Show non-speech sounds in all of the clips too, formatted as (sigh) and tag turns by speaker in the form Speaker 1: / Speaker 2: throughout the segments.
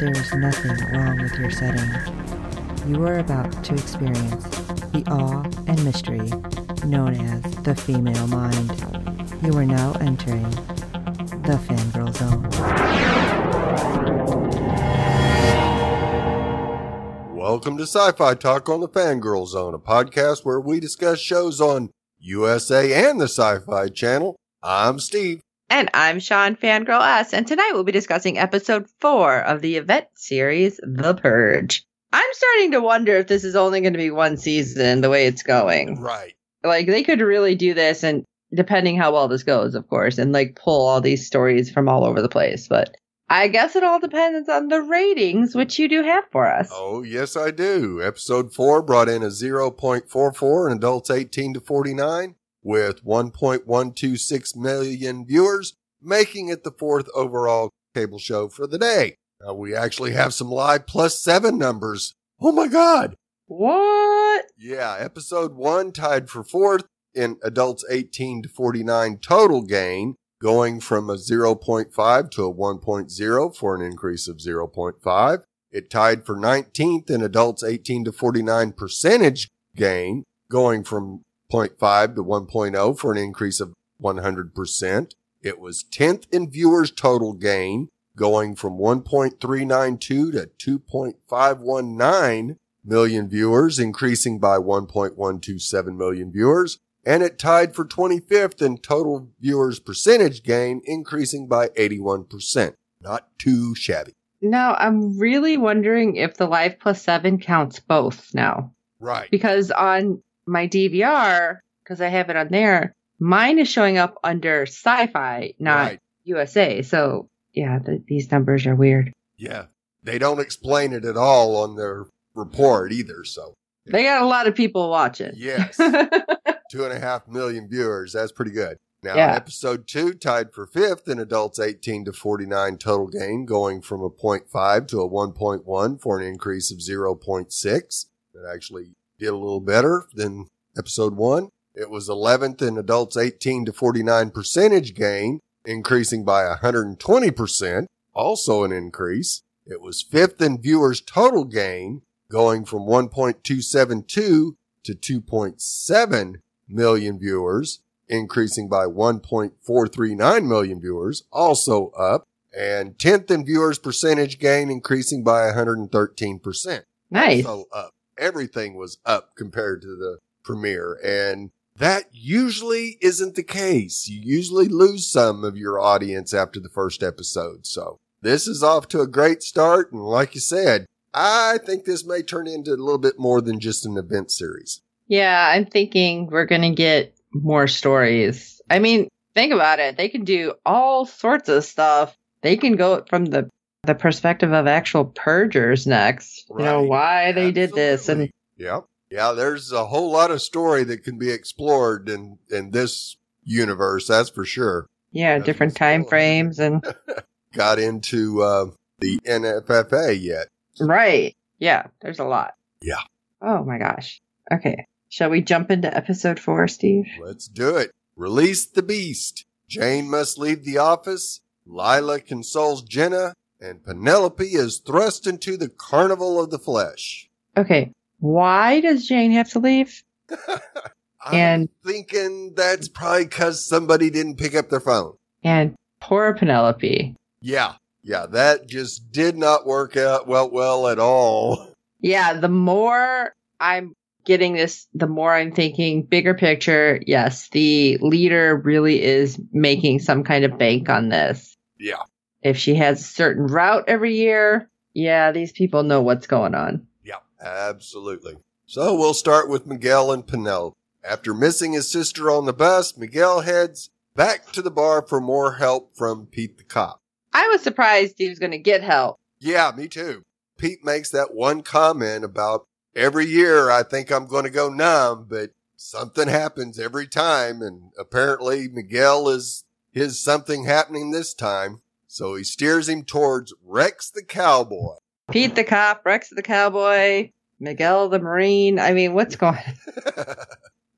Speaker 1: there is nothing wrong with your settings. You are about to experience the awe and mystery known as the female mind. You are now entering the fangirl zone.
Speaker 2: Welcome to Sci Fi Talk on the Fangirl Zone, a podcast where we discuss shows on USA and the Sci Fi Channel. I'm Steve.
Speaker 3: And I'm Sean Fangirl S, and tonight we'll be discussing episode four of the event series, The Purge. I'm starting to wonder if this is only going to be one season the way it's going.
Speaker 2: Right.
Speaker 3: Like, they could really do this, and depending how well this goes, of course, and like pull all these stories from all over the place. But I guess it all depends on the ratings, which you do have for us.
Speaker 2: Oh, yes, I do. Episode four brought in a 0.44 in adults 18 to 49 with 1.126 million viewers, making it the fourth overall cable show for the day. Uh, we actually have some live plus seven numbers. Oh my God.
Speaker 3: What?
Speaker 2: Yeah, episode one tied for fourth in adults 18 to 49 total gain, going from a 0.5 to a 1.0 for an increase of 0.5. It tied for 19th in adults 18 to 49 percentage gain, going from 0.5 to 1.0 for an increase of 100%. It was 10th in viewers total gain, going from 1.392 to 2.519 million viewers, increasing by 1.127 million viewers. And it tied for 25th in total viewers percentage gain, increasing by 81%. Not too shabby.
Speaker 3: Now, I'm really wondering if the Live Plus 7 counts both now.
Speaker 2: Right.
Speaker 3: Because on my DVR because I have it on there. Mine is showing up under Sci-Fi, not right. USA. So yeah, the, these numbers are weird.
Speaker 2: Yeah, they don't explain it at all on their report either. So
Speaker 3: they got a lot of people watching.
Speaker 2: Yes, two and a half million viewers. That's pretty good. Now, yeah. episode two tied for fifth in adults 18 to 49 total gain, going from a 0.5 to a 1.1 for an increase of 0.6. That actually did a little better than episode one. It was 11th in adults 18 to 49 percentage gain, increasing by 120%, also an increase. It was fifth in viewers total gain, going from 1.272 to 2.7 million viewers, increasing by 1.439 million viewers, also up. And 10th in viewers percentage gain, increasing by 113%.
Speaker 3: (laughs) Nice.
Speaker 2: Also up everything was up compared to the premiere. And that usually isn't the case. You usually lose some of your audience after the first episode. So this is off to a great start. And like you said, I think this may turn into a little bit more than just an event series.
Speaker 3: Yeah, I'm thinking we're going to get more stories. I mean, think about it. They can do all sorts of stuff. They can go from the the perspective of actual purgers next. Right. You know why they Absolutely. did this and
Speaker 2: yeah, yeah. There's a whole lot of story that can be explored in in this universe. That's for sure.
Speaker 3: Yeah, different time frames and
Speaker 2: got into uh, the NFFA yet.
Speaker 3: Right. Yeah. There's a lot.
Speaker 2: Yeah.
Speaker 3: Oh my gosh. Okay. Shall we jump into episode four, Steve?
Speaker 2: Let's do it. Release the beast. Jane must leave the office. Lila consoles Jenna and Penelope is thrust into the carnival of the flesh.
Speaker 3: Okay, why does Jane have to leave?
Speaker 2: I'm and thinking that's probably because somebody didn't pick up their phone.
Speaker 3: And poor Penelope.
Speaker 2: Yeah, yeah, that just did not work out well, well at all. (laughs)
Speaker 3: Yeah, the more I'm getting this, the more I'm thinking bigger picture. Yes, the leader really is making some kind of bank on this.
Speaker 2: Yeah
Speaker 3: if she has a certain route every year, yeah, these people know what's going on.
Speaker 2: Yeah, absolutely. So we'll start with Miguel and Penelope. After missing his sister on the bus, Miguel heads back to the bar for more help from Pete the cop.
Speaker 3: I was surprised he was going to get help.
Speaker 2: Yeah, me too. Pete makes that one comment about every year I think I'm going to go numb, but something happens every time. And apparently Miguel is his something happening this time. So he steers him towards Rex the cowboy. (laughs)
Speaker 3: Pete the cop, Rex the cowboy, Miguel the marine. I mean, what's going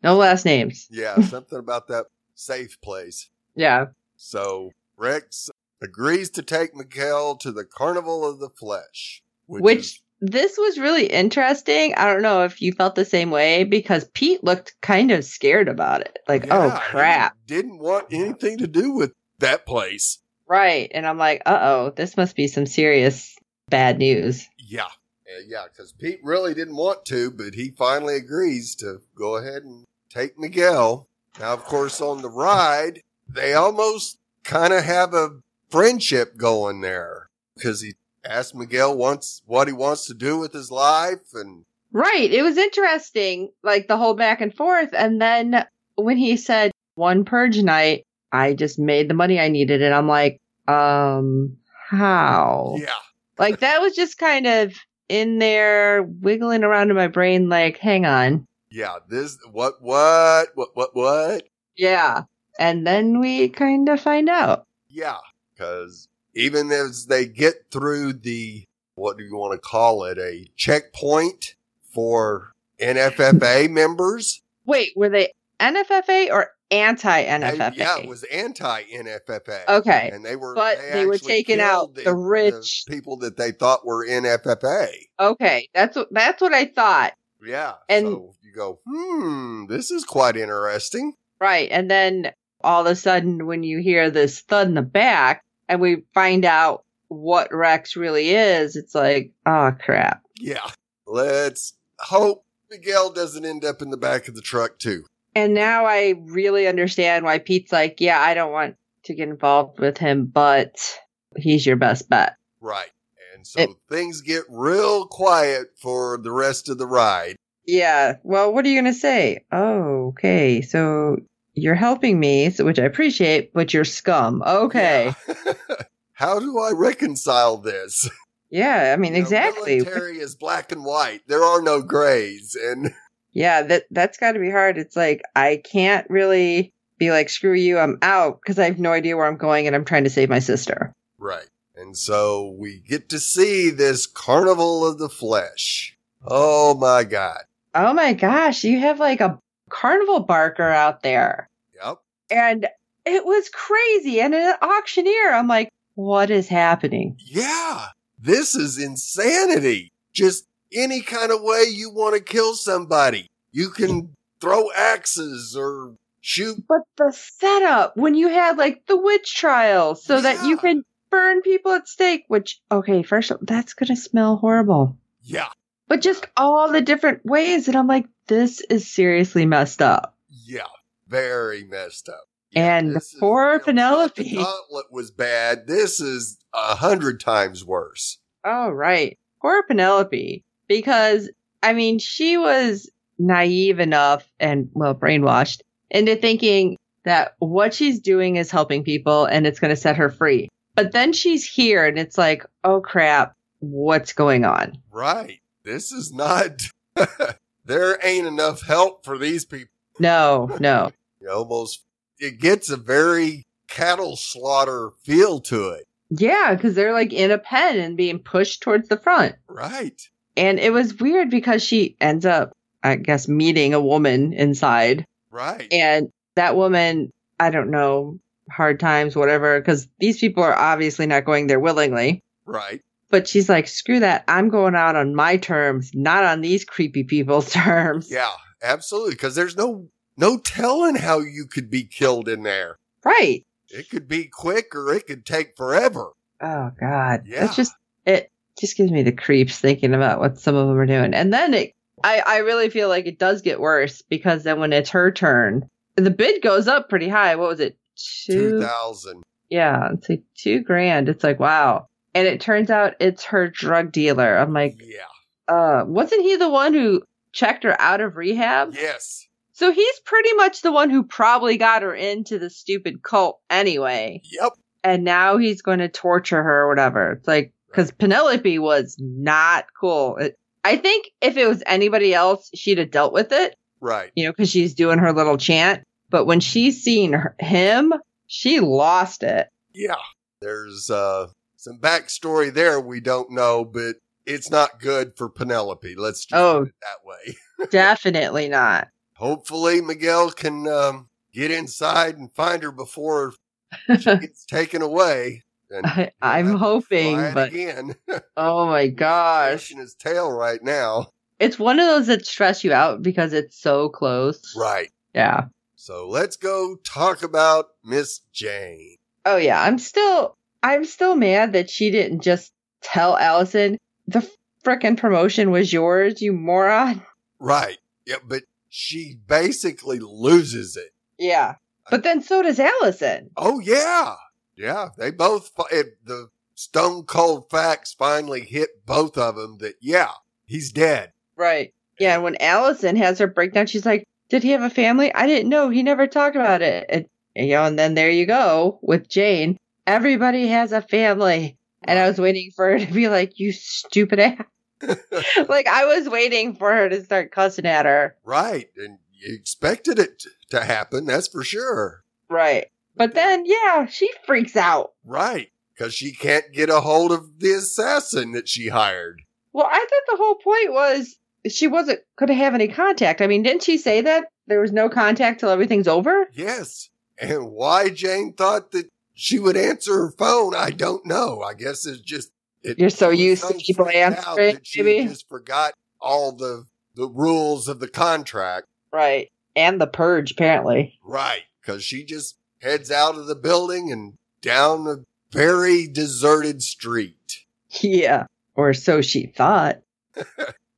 Speaker 3: No last names.
Speaker 2: yeah, something about that safe place.
Speaker 3: Yeah.
Speaker 2: So Rex agrees to take Miguel to the Carnival of the Flesh.
Speaker 3: Which, which is- this was really interesting. I don't know if you felt the same way because Pete looked kind of scared about it. Like, yeah, oh crap.
Speaker 2: Didn't want anything to do with that place.
Speaker 3: Right. And I'm like, uh oh, this must be some serious bad news.
Speaker 2: Yeah. Uh, yeah. Because Pete really didn't want to, but he finally agrees to go ahead and take Miguel. Now, of course, on the ride, they almost kind of have a friendship going there because he asked Miguel once what he wants to do with his life and
Speaker 3: Right. It was interesting, like the whole back and forth. And then when he said one purge night, I just made the money I needed and I'm like, um, how?
Speaker 2: Yeah.
Speaker 3: like that was just kind of in there wiggling around in my brain like, hang on.
Speaker 2: Yeah, this what what what what what?
Speaker 3: Yeah. And then we kind of find out.
Speaker 2: Yeah, cuz even as they get through the what do you want to call it a checkpoint for
Speaker 3: (laughs)
Speaker 2: NFFA members.
Speaker 3: Wait, were they NFFA or anti NFFA?
Speaker 2: Yeah, it was anti NFFA.
Speaker 3: Okay,
Speaker 2: and they were
Speaker 3: but they, they were taking out the, the rich
Speaker 2: the people that they thought were NFFA.
Speaker 3: Okay, that's that's what I thought.
Speaker 2: Yeah, and so you go, hmm, this is quite interesting.
Speaker 3: Right, and then all of a sudden, when you hear this thud in the back, and we find out what Rex really is, it's like, oh crap.
Speaker 2: Yeah. Let's hope Miguel doesn't end up in the back of the truck too.
Speaker 3: And now I really understand why Pete's like, yeah, I don't want to get involved with him, but he's your best bet.
Speaker 2: Right. And so it, things get real quiet for the rest of the ride.
Speaker 3: Yeah. Well, what are you going to say? Oh, okay. So you're helping me, so, which I appreciate, but you're scum. Okay.
Speaker 2: Yeah. (laughs) How do I reconcile
Speaker 3: (laughs)
Speaker 2: this?
Speaker 3: Yeah, I mean, you exactly.
Speaker 2: Know, military is black and white. There are no grays, and (laughs)
Speaker 3: yeah, that that's got to be hard. It's like I can't really be like, screw you, I'm out, because I have no idea where I'm going, and I'm trying to save my sister.
Speaker 2: Right, and so we get to see this carnival of the flesh. Oh my god!
Speaker 3: Oh my gosh, you have like a carnival barker out there.
Speaker 2: Yep.
Speaker 3: And it was crazy. And an auctioneer, I'm like, what is happening?
Speaker 2: Yeah. This is insanity. Just any kind of way you want to kill somebody. You can throw axes or shoot.
Speaker 3: But the setup when you had like the witch trials so yeah. that you can burn people at stake, which, okay, first, that's going to smell horrible.
Speaker 2: Yeah.
Speaker 3: But just all the different ways. And I'm like, this is seriously messed up.
Speaker 2: Yeah, very messed up.
Speaker 3: Yeah, and poor is, you know, Penelope.
Speaker 2: gauntlet was bad. This is a hundred times worse.
Speaker 3: Oh, right. Poor Penelope. Because, I mean, she was naive enough and, well, brainwashed into thinking that what she's doing is helping people and it's going to set her free. But then she's here and it's like, oh crap, what's going on?
Speaker 2: Right. This is not. (laughs) there ain't enough help for these people.
Speaker 3: No, no.
Speaker 2: you almost it gets a very cattle slaughter feel to it.
Speaker 3: Yeah, because they're like in a pen and being pushed towards the front.
Speaker 2: Right.
Speaker 3: And it was weird because she ends up, I guess, meeting a woman inside.
Speaker 2: Right.
Speaker 3: And that woman, I don't know, hard times, whatever, because these people are obviously not going there willingly.
Speaker 2: Right
Speaker 3: but she's like, screw that. I'm going out on my terms, not on these creepy people's (laughs) terms.
Speaker 2: Yeah, absolutely. Cause there's no, no telling how you could be killed in there.
Speaker 3: Right.
Speaker 2: It could be quick or it could take forever.
Speaker 3: Oh God. Yeah. That's just, it just gives me the creeps thinking about what some of them are doing. And then it, I, I really feel like it does get worse because then when it's her turn, the bid goes up pretty high. What was it?
Speaker 2: Two, 2000.
Speaker 3: Yeah. It's like two grand. It's like, wow and it turns out it's her drug dealer. I'm like,
Speaker 2: yeah.
Speaker 3: Uh, wasn't he the one who checked her out of rehab?
Speaker 2: Yes.
Speaker 3: So he's pretty much the one who probably got her into the stupid cult anyway.
Speaker 2: Yep.
Speaker 3: And now he's going to torture her or whatever. It's like, because Penelope was not cool. It, I think if it was anybody else, she'd have dealt with it,
Speaker 2: Right.
Speaker 3: you know, because she's doing her little chant. But when she's seen her, him, she lost it.
Speaker 2: Yeah. There's uh, some backstory there we don't know, but it's not good for Penelope. Let's just
Speaker 3: Oh.
Speaker 2: put it that way. (laughs)
Speaker 3: Definitely not. (laughs)
Speaker 2: Hopefully, Miguel can um, get inside and find her
Speaker 3: (laughs)
Speaker 2: before she gets taken away. And
Speaker 3: I, I'm hoping,
Speaker 2: flying
Speaker 3: but
Speaker 2: again, (laughs)
Speaker 3: oh my gosh.
Speaker 2: pushing his tail right now.
Speaker 3: It's one of those that stress you out because it's so close.
Speaker 2: Right.
Speaker 3: Yeah.
Speaker 2: So let's go talk about Miss Jane.
Speaker 3: Oh yeah, I'm still I'm still mad that she didn't just tell Allison the frickin' promotion was yours, you moron.
Speaker 2: Right. Yeah, but she basically loses it.
Speaker 3: Yeah. But then so does Allison.
Speaker 2: Oh yeah, yeah. They both fi- it, the stone cold facts finally hit both of them that yeah, he's dead.
Speaker 3: Right. Yeah, and when Allison has her breakdown, she's like, Did he have a family? I didn't know. He never talked about it. And, you know, and then there you go with Jane. Everybody has a family. And I was waiting for her to be like, You
Speaker 2: (laughs)
Speaker 3: stupid ass. like I was waiting for her to start cussing at her.
Speaker 2: Right, and you expected it to happen. That's for sure.
Speaker 3: Right. But then yeah, she freaks out.
Speaker 2: Right, because she can't get a hold of the assassin that she hired.
Speaker 3: Well, I thought the whole point was she wasn't going to have any contact. I mean, didn't she say that there was no contact till everything's over?
Speaker 2: Yes, and why Jane thought that she would answer her phone, I don't know. I guess it's just it,
Speaker 3: You're so
Speaker 2: she was
Speaker 3: used to people
Speaker 2: freaked out
Speaker 3: answering,
Speaker 2: that she
Speaker 3: maybe?
Speaker 2: just forgot all the the rules of the contract.
Speaker 3: Right. And the purge, apparently.
Speaker 2: Right, because she just heads out of the building and down a very deserted street.
Speaker 3: Yeah. Or so she thought.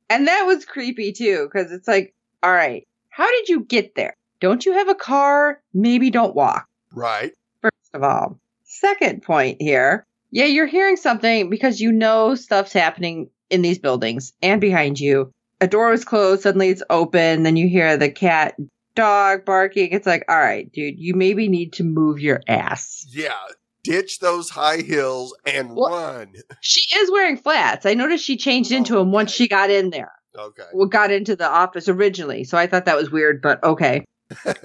Speaker 3: and that was creepy too, because it's like, all right, how did you get there? Don't you have a car? Maybe don't walk,
Speaker 2: Right,
Speaker 3: first of all. Second point here. Yeah, you're hearing something because you know stuff's happening in these buildings and behind you. A door was closed, suddenly it's open, then you hear the cat and dog barking. It's like, all right, dude, you maybe need to move your ass.
Speaker 2: yeah. Ditch those high hills and
Speaker 3: Well-
Speaker 2: run.
Speaker 3: She is wearing flats. I noticed she changed into
Speaker 2: Oh,
Speaker 3: them once
Speaker 2: okay.
Speaker 3: she got in there.
Speaker 2: Okay,
Speaker 3: well, got into the office originally, so I thought that was weird, but okay.
Speaker 2: (laughs)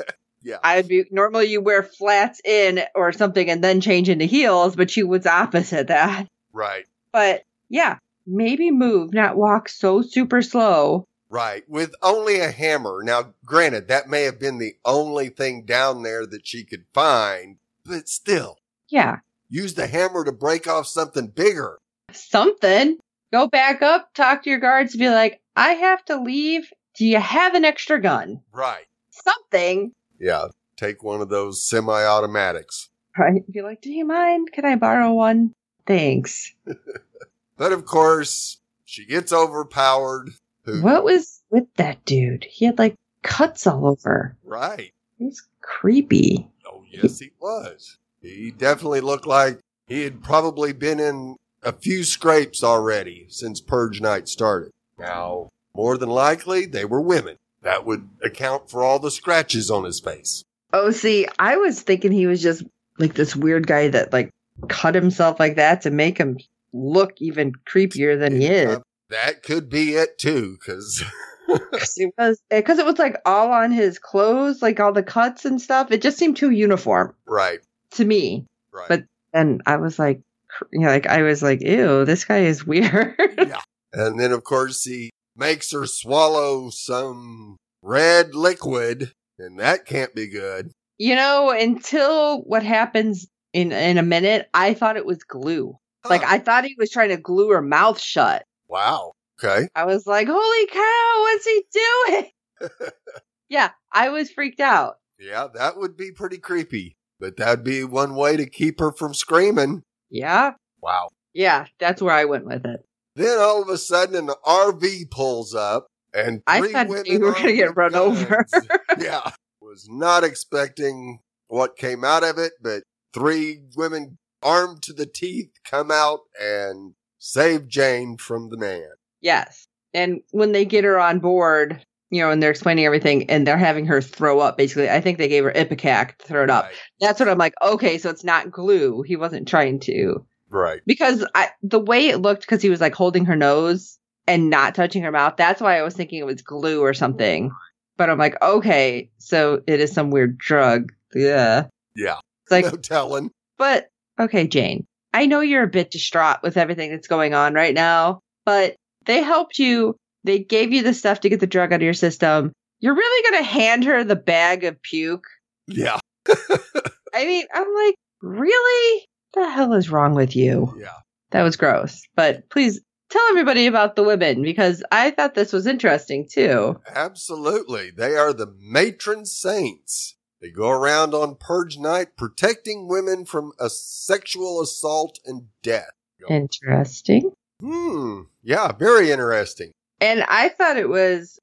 Speaker 2: Yeah.
Speaker 3: I'd be normally you wear flats in or something and then change into heels, but she was opposite that.
Speaker 2: right,
Speaker 3: But yeah, maybe move, not walk so super slow.
Speaker 2: right. With only a hammer. Now, granted, that may have been the only thing down there that she could find, but still,
Speaker 3: Yeah.
Speaker 2: use the hammer to break off something bigger.
Speaker 3: Something. Go back up, talk to your guards, be like, I have to leave. Do you have an extra gun?
Speaker 2: Right.
Speaker 3: Something.
Speaker 2: Yeah. Take one of those semi automatics.
Speaker 3: Right. Be like, Do you mind? Can I borrow one? Thanks.
Speaker 2: But of course, she gets overpowered. Who-
Speaker 3: What was with that dude? He had like cuts all over.
Speaker 2: right?
Speaker 3: He was creepy.
Speaker 2: Oh, yes, he was. He definitely looked like he had probably been in a few scrapes already since Purge Night started. Now, more than likely, they were women. That would account for all the scratches on his face.
Speaker 3: Oh, see, I was thinking he was just like this weird guy that like cut himself like that to make him look even creepier than he is.
Speaker 2: Uh, that could be it too, because
Speaker 3: Because it was because it was like all on his clothes, like all the cuts and stuff. It just seemed too uniform
Speaker 2: (laughs) right,
Speaker 3: to me.
Speaker 2: right,
Speaker 3: But- (laughs) And I was like, cr- you know, like I was like, ew, this guy is (laughs) weird.
Speaker 2: yeah. And then, of course, he makes her swallow some red liquid, and that can't be good.
Speaker 3: you know, until what happens in in a minute, I thought it was glue. Like
Speaker 2: Huh.
Speaker 3: I thought he was trying to glue her mouth shut.
Speaker 2: wow. Okay.
Speaker 3: I was like, "Holy cow, what's he doing?" yeah, I was freaked out.
Speaker 2: Yeah, that would be pretty creepy, but that'd be one way to keep her from screaming.
Speaker 3: Yeah,
Speaker 2: Wow.
Speaker 3: yeah, that's where I went with it.
Speaker 2: Then all of a sudden, an RV pulls up, and
Speaker 3: I
Speaker 2: three
Speaker 3: thought
Speaker 2: women
Speaker 3: you were
Speaker 2: armed
Speaker 3: gonna get
Speaker 2: with
Speaker 3: run over.
Speaker 2: guns.
Speaker 3: (laughs)
Speaker 2: yeah, was not expecting what came out of it, but three women armed to the teeth come out and save Jane from the man.
Speaker 3: Yes, and when they get her on board, you know, and they're explaining everything, and they're having her throw up. Basically, I think they gave her ipecac to throw it up.
Speaker 2: Right.
Speaker 3: That's what I'm like. Okay, so it's not glue. He wasn't trying to
Speaker 2: Right.
Speaker 3: because I, the way it looked, because he was like holding her nose and not touching her mouth, that's why I was thinking it was glue or something. But I'm like, okay, so it is some weird drug. Yeah.
Speaker 2: Yeah.
Speaker 3: It's
Speaker 2: (laughs)
Speaker 3: like,
Speaker 2: no telling.
Speaker 3: but okay, Jane, I know you're a bit distraught with everything that's going on right now, but they helped you. They gave you the stuff to get the drug out of your system. You're really going to hand her the bag of puke?
Speaker 2: Yeah.
Speaker 3: I mean, I'm like, really? The hell is wrong with you?
Speaker 2: Yeah.
Speaker 3: That was gross. But please tell everybody about the women because I thought this was interesting too.
Speaker 2: Absolutely. They are the matron saints. They go around on purge night protecting women from a sexual assault and death.
Speaker 3: Interesting.
Speaker 2: Hmm. Yeah, very interesting.
Speaker 3: And I thought it was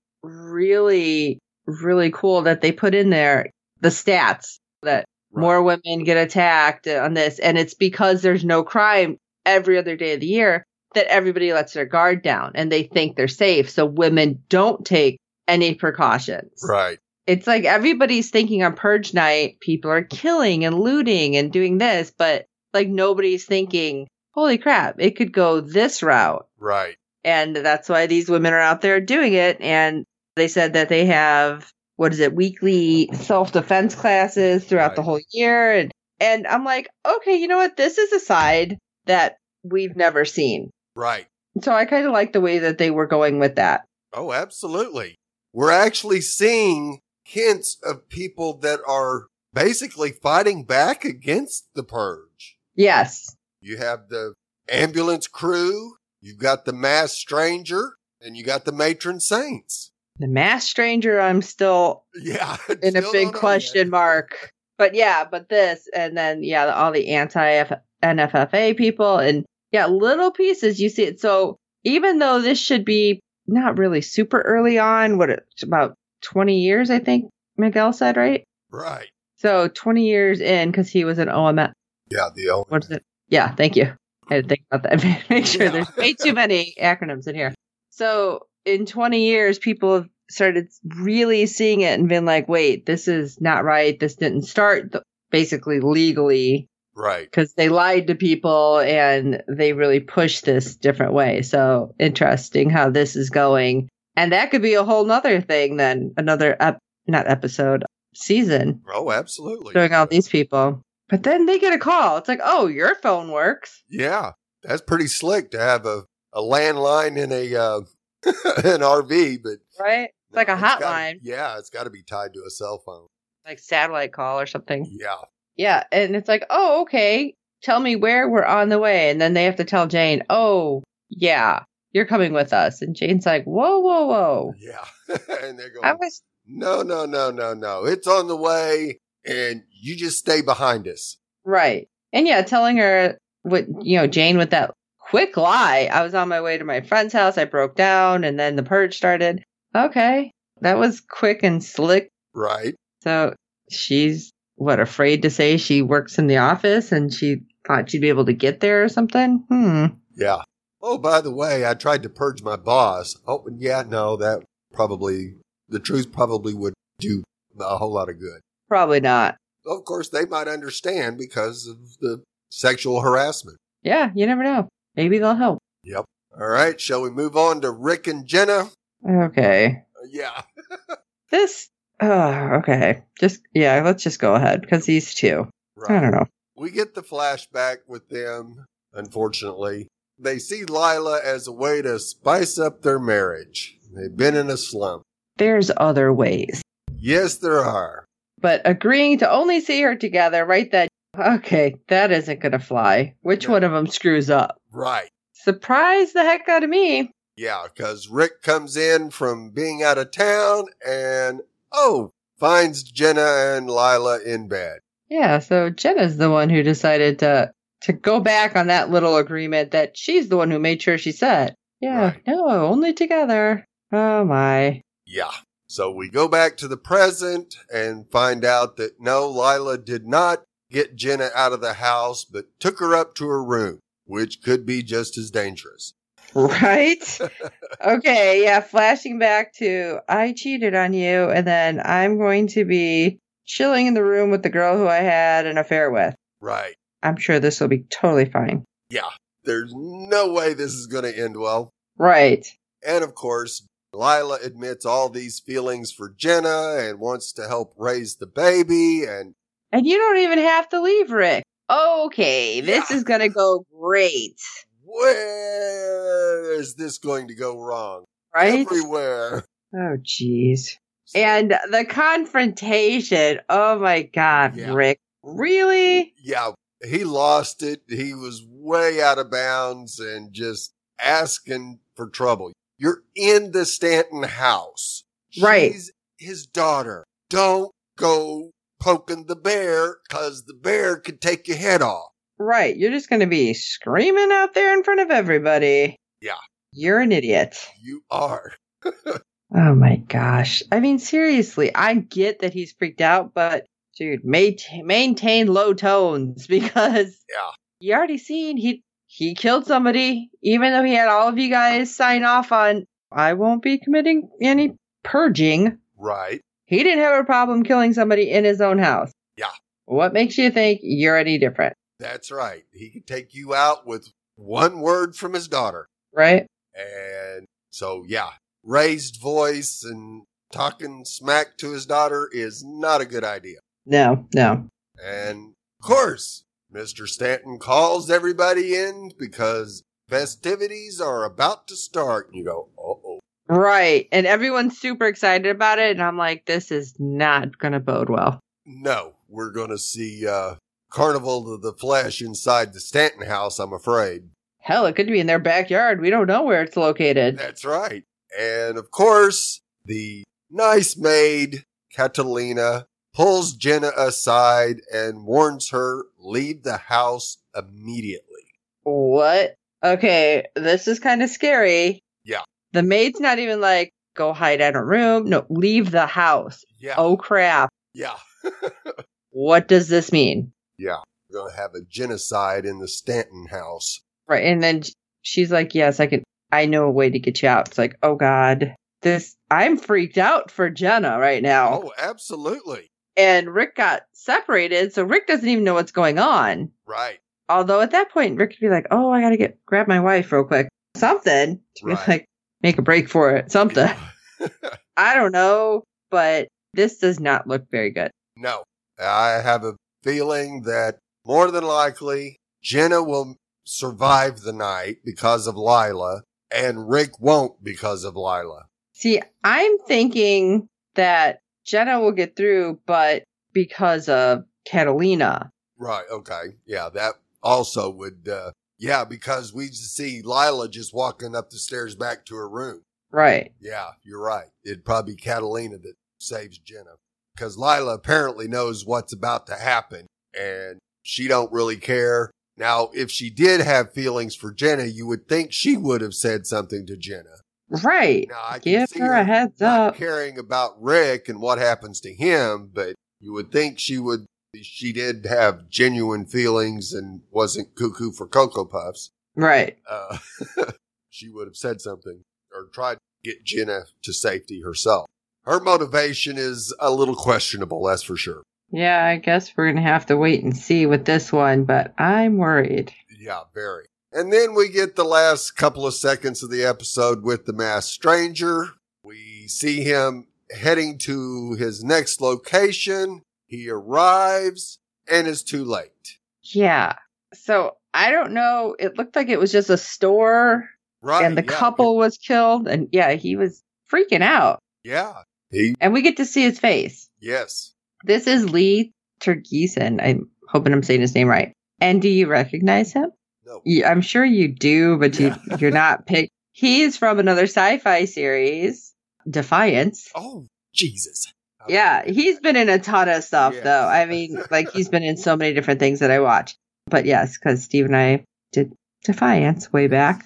Speaker 3: really, really cool that they put in there the stats that more women get attacked on this. And it's because there's no crime every other day of the year that everybody lets their guard down and they think they're safe. So women don't take any precautions.
Speaker 2: Right.
Speaker 3: it's like everybody's thinking on purge night people are killing and looting and doing this but like nobody's thinking holy crap it could go this route
Speaker 2: Right.
Speaker 3: and that's why these women are out there doing it and they said that they have what is it weekly self-defense classes throughout the
Speaker 2: Right.
Speaker 3: whole year and and i'm like okay you know what this is a side that we've never seen
Speaker 2: Right.
Speaker 3: so i kind of like the way that they were going with that
Speaker 2: Oh, absolutely. We're actually seeing hints of people that are basically fighting back against the purge.
Speaker 3: yes
Speaker 2: You have the ambulance crew, you've got the mass stranger, and you got the matron saints.
Speaker 3: the mass stranger i'm still
Speaker 2: Yeah. (laughs)
Speaker 3: in a
Speaker 2: still
Speaker 3: big
Speaker 2: don't know
Speaker 3: question
Speaker 2: yet.
Speaker 3: mark. But yeah, but this and then yeah, all the anti NFFA people and yeah, little pieces you see it. So even though this should be not really super early on, what it's about 20 years I think Miguel said, right?
Speaker 2: Right.
Speaker 3: So 20 years in cuz he was an OMS
Speaker 2: Yeah, the only
Speaker 3: what is it? Yeah, thank you. I had to think about that. (laughs) Make sure
Speaker 2: Yeah.
Speaker 3: there's way too many acronyms in here. So in 20 years, people have started really seeing it and been like, wait, this is not right. This didn't start th- basically legally
Speaker 2: Right.
Speaker 3: because they lied to people and they really pushed this different way. So interesting how this is going. And that could be a whole nother thing then another ep- not episode season
Speaker 2: Oh, absolutely.
Speaker 3: showing all these people. But then they get a call. It's like, oh, your phone works.
Speaker 2: Yeah, that's pretty slick to have a, a landline in a uh, (laughs) an RV, but
Speaker 3: right? It's like a
Speaker 2: gotta-
Speaker 3: hotline,
Speaker 2: yeah, it's got to be tied to a cell phone.
Speaker 3: like satellite call or something.
Speaker 2: Yeah,
Speaker 3: Yeah, and it's like, oh, okay, tell me where we're on the way, and then they have to tell Jane, oh, yeah, you're coming with us, and Jane's like, whoa, whoa, whoa,
Speaker 2: yeah, (laughs) and they're
Speaker 3: I
Speaker 2: going,
Speaker 3: was
Speaker 2: no, no, no, no, no, it's on the way, and you just stay behind us.
Speaker 3: right, and yeah, telling her what you know, Jane with that quick lie. I was on my way to my friend's house, I broke down, and then the purge started. Okay, that was quick and slick.
Speaker 2: Right,
Speaker 3: So she's what afraid to say she works in the office, and she thought she'd be able to get there or something. Hmm.
Speaker 2: yeah. Oh, by the way, I tried to purge my boss. Oh, yeah, no, that probably the truth probably would do a whole lot of good.
Speaker 3: Probably not.
Speaker 2: Of course, they might understand because of the sexual harassment.
Speaker 3: Yeah, you never know. Maybe they'll help.
Speaker 2: All right, shall we move on to Rick and Jenna? Uh,
Speaker 3: Okay.
Speaker 2: Yeah,
Speaker 3: This. Oh, okay. Just yeah. Let's just go ahead because these two. I don't know.
Speaker 2: We get the flashback with them, unfortunately. They see Lila as a way to spice up their marriage. They've been in a slump.
Speaker 3: There's other ways,
Speaker 2: Yes, there are.
Speaker 3: but agreeing to only see her together, right? That okay. That isn't gonna fly. Which
Speaker 2: No.
Speaker 3: one of them screws up?
Speaker 2: Right.
Speaker 3: Surprise the heck out of me.
Speaker 2: Yeah, because Rick comes in from being out of town and, oh, finds Jenna and Lila in bed.
Speaker 3: Yeah, so Jenna's the one who decided to to go back on that little agreement that she's the one who made sure she said. Yeah,
Speaker 2: Right.
Speaker 3: no, only together. Oh my.
Speaker 2: Yeah. So we go back to the present and find out that no, Lila did not get Jenna out of the house, but took her up to her room, which could be just as dangerous.
Speaker 3: Right? okay, yeah, flashing back to I cheated on you and then I'm going to be chilling in the room with the girl who I had an affair with.
Speaker 2: Right.
Speaker 3: I'm sure this will be totally fine.
Speaker 2: yeah, there's no way this is going to end well.
Speaker 3: Right.
Speaker 2: And of course, Lila admits all these feelings for Jenna and wants to help raise the baby. And
Speaker 3: And you don't even have to leave Rick. Okay, this
Speaker 2: Yeah.
Speaker 3: is going to go great.
Speaker 2: where is this going to go wrong?
Speaker 3: Right?
Speaker 2: Everywhere. (laughs)
Speaker 3: Oh, jeez. And the confrontation. Oh, my God,
Speaker 2: Yeah.
Speaker 3: Rick. Really?
Speaker 2: yeah, he lost it. He was way out of bounds and just asking for trouble. You're in the Stanton house.
Speaker 3: Right.
Speaker 2: She's his daughter. Don't go poking the bear because the bear could take your head off.
Speaker 3: Right. You're just going to be screaming out there in front of everybody.
Speaker 2: Yeah.
Speaker 3: You're an idiot.
Speaker 2: You are.
Speaker 3: Oh my gosh. I mean, seriously, I get that he's freaked out, but dude, maintain, maintain low tones (laughs) because
Speaker 2: Yeah.
Speaker 3: you already seen he he killed somebody, even though he had all of you guys sign off on I won't be committing any purging.
Speaker 2: Right.
Speaker 3: He didn't have a problem killing somebody in his own house.
Speaker 2: Yeah.
Speaker 3: What makes you think you're any different,
Speaker 2: That's right. He could take you out with one word from his daughter.
Speaker 3: right?
Speaker 2: And so, yeah, raised voice and talking smack to his daughter is not a good idea.
Speaker 3: No, no.
Speaker 2: And of course, Mr. Stanton calls everybody in because festivities are about to start. You go, uh oh.
Speaker 3: Right. And everyone's super excited about it and I'm like this is not going to bode well.
Speaker 2: No, we're going to see uh, Carnival of the Flesh inside the Stanton house, I'm afraid.
Speaker 3: Hell, it could be in their backyard. We don't know where it's located.
Speaker 2: That's right. And of course, the nice maid, Catalina, pulls Jenna aside and warns her leave the house immediately.
Speaker 3: What? Okay, this is kind of scary.
Speaker 2: Yeah.
Speaker 3: The maid's not even like, go hide in a room. No, leave the house.
Speaker 2: Yeah.
Speaker 3: Oh, crap.
Speaker 2: Yeah.
Speaker 3: What does this mean?
Speaker 2: We're going to have a genocide in the Stanton house.
Speaker 3: Right. And then she's like, yes, I can, I know a way to get you out. It's like, oh, God. This, I'm freaked out for Jenna right now.
Speaker 2: Oh, absolutely.
Speaker 3: And Rick got separated, so Rick doesn't even know what's going on.
Speaker 2: Right.
Speaker 3: Although at that point, Rick could be like, "Oh, I gotta get grab my wife real quick, something to be
Speaker 2: Right.
Speaker 3: like make a break for it, something." I don't know, but this does not look very good.
Speaker 2: (sighs) no. I have a feeling that more than likely Jenna will survive the night because of Lila and Rick won't because of Lila.
Speaker 3: See, I'm thinking that Jenna will get through, but because of Catalina,
Speaker 2: Right. Okay. Yeah. That also would, uh, yeah, because we just see Lila just walking up the stairs back to her room.
Speaker 3: right?
Speaker 2: Yeah, you're right. It'd probably be Catalina that saves Jenna because Lila apparently knows what's about to happen and she don't really care. Now, if she did have feelings for Jenna, you would think she would have said something to Jenna.
Speaker 3: Right.
Speaker 2: Now, I can
Speaker 3: Give
Speaker 2: see
Speaker 3: her a heads
Speaker 2: not
Speaker 3: up.
Speaker 2: caring about Rick and what happens to him, but you would think she would. She did have genuine feelings and wasn't cuckoo for Cocoa Puffs.
Speaker 3: Right.
Speaker 2: Uh, (laughs) she would have said something or tried to get Jenna to safety herself. Her motivation is a little questionable, that's for sure.
Speaker 3: Yeah, I guess we're gonna have to wait and see with this one, but I'm worried.
Speaker 2: Yeah, very. And then we get the last couple of seconds of the episode with the masked stranger. We see him heading to his next location. He arrives and is too late.
Speaker 3: Yeah. So I don't know. It looked like it was just a store
Speaker 2: Right.
Speaker 3: and the
Speaker 2: Oh, yeah,
Speaker 3: couple was killed and yeah he was freaking out
Speaker 2: Yeah. He,
Speaker 3: and we get to see his face
Speaker 2: yes.
Speaker 3: this is lee turgeson i'm hoping i'm saying his name right and do you recognize him
Speaker 2: No.
Speaker 3: Yeah, i'm sure you do but you,
Speaker 2: Yeah. (laughs)
Speaker 3: you're not pick he's from another sci-fi series defiance
Speaker 2: Oh, Jesus.
Speaker 3: yeah he's been in a ton of stuff
Speaker 2: Yes.
Speaker 3: though i mean like he's been in so many different things that i watch but yes because steve and i did defiance way back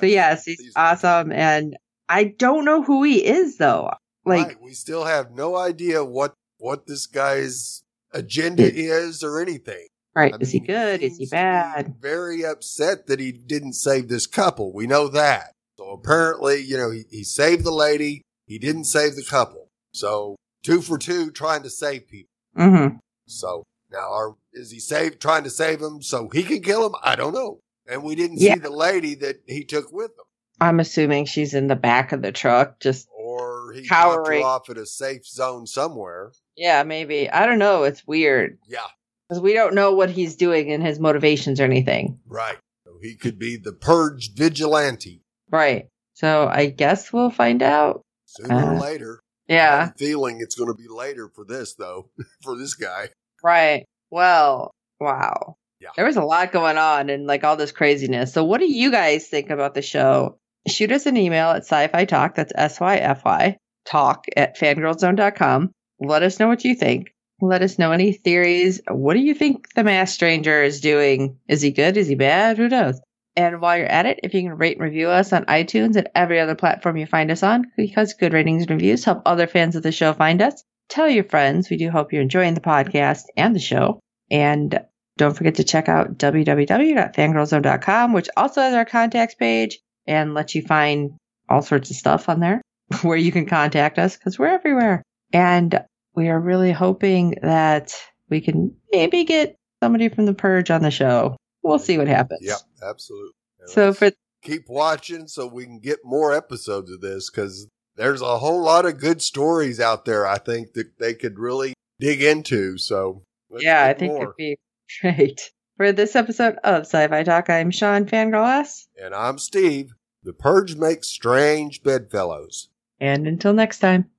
Speaker 3: So yes, he's
Speaker 2: Season.
Speaker 3: awesome, and I don't know who he is though. Like,
Speaker 2: right. we still have no idea what what this guy's agenda
Speaker 3: It-
Speaker 2: is or anything.
Speaker 3: right?
Speaker 2: I
Speaker 3: is he
Speaker 2: mean,
Speaker 3: good? Is he
Speaker 2: seems to be
Speaker 3: bad?
Speaker 2: Very upset that he didn't save this couple. We know that. So apparently, you know, he, he saved the lady. He didn't save the couple. So two for two, trying to save people.
Speaker 3: Mm-hmm.
Speaker 2: So now, are is he save trying to save him so he can kill him? I don't know. And we didn't yeah. see the lady that he took with him.
Speaker 3: I'm assuming she's in the back of the truck, just
Speaker 2: or he cowering off at a safe zone somewhere.
Speaker 3: Yeah, maybe. I don't know. It's weird.
Speaker 2: Yeah,
Speaker 3: because we don't know what he's doing and his motivations or anything.
Speaker 2: Right. So he could be the purge vigilante.
Speaker 3: Right. So I guess we'll find out
Speaker 2: sooner
Speaker 3: Uh-huh.
Speaker 2: uh, or later.
Speaker 3: Yeah.
Speaker 2: feeling it's going to be later for this though, (laughs) for this guy.
Speaker 3: Right. Well, wow.
Speaker 2: Yeah.
Speaker 3: There was a lot going on and like all this craziness. So what do you guys think about the show? shoot us an email at sci-fi talk that's s-y-f-y talk at fangirlzone.com let us know what you think let us know any theories what do you think the mass stranger is doing is he good is he bad who knows and while you're at it if you can rate and review us on itunes and every other platform you find us on because good ratings and reviews help other fans of the show find us tell your friends we do hope you're enjoying the podcast and the show and don't forget to check out www.fangirlzone.com which also has our contacts page and let you find all sorts of stuff on there (laughs) where you can contact us because we're everywhere. And we are really hoping that we can maybe get somebody from the Purge on the show. We'll see what happens.
Speaker 2: Yep, absolutely. And
Speaker 3: so for
Speaker 2: keep watching so we can get more episodes of this because there's a whole lot of good stories out there. I think that they could really dig into. So
Speaker 3: yeah, I think more. it'd be (laughs) great. For this episode of Sci-Fi Talk, I'm Sean Fangirl S.
Speaker 2: And I'm Steve. The Purge makes strange bedfellows.
Speaker 3: And until next time.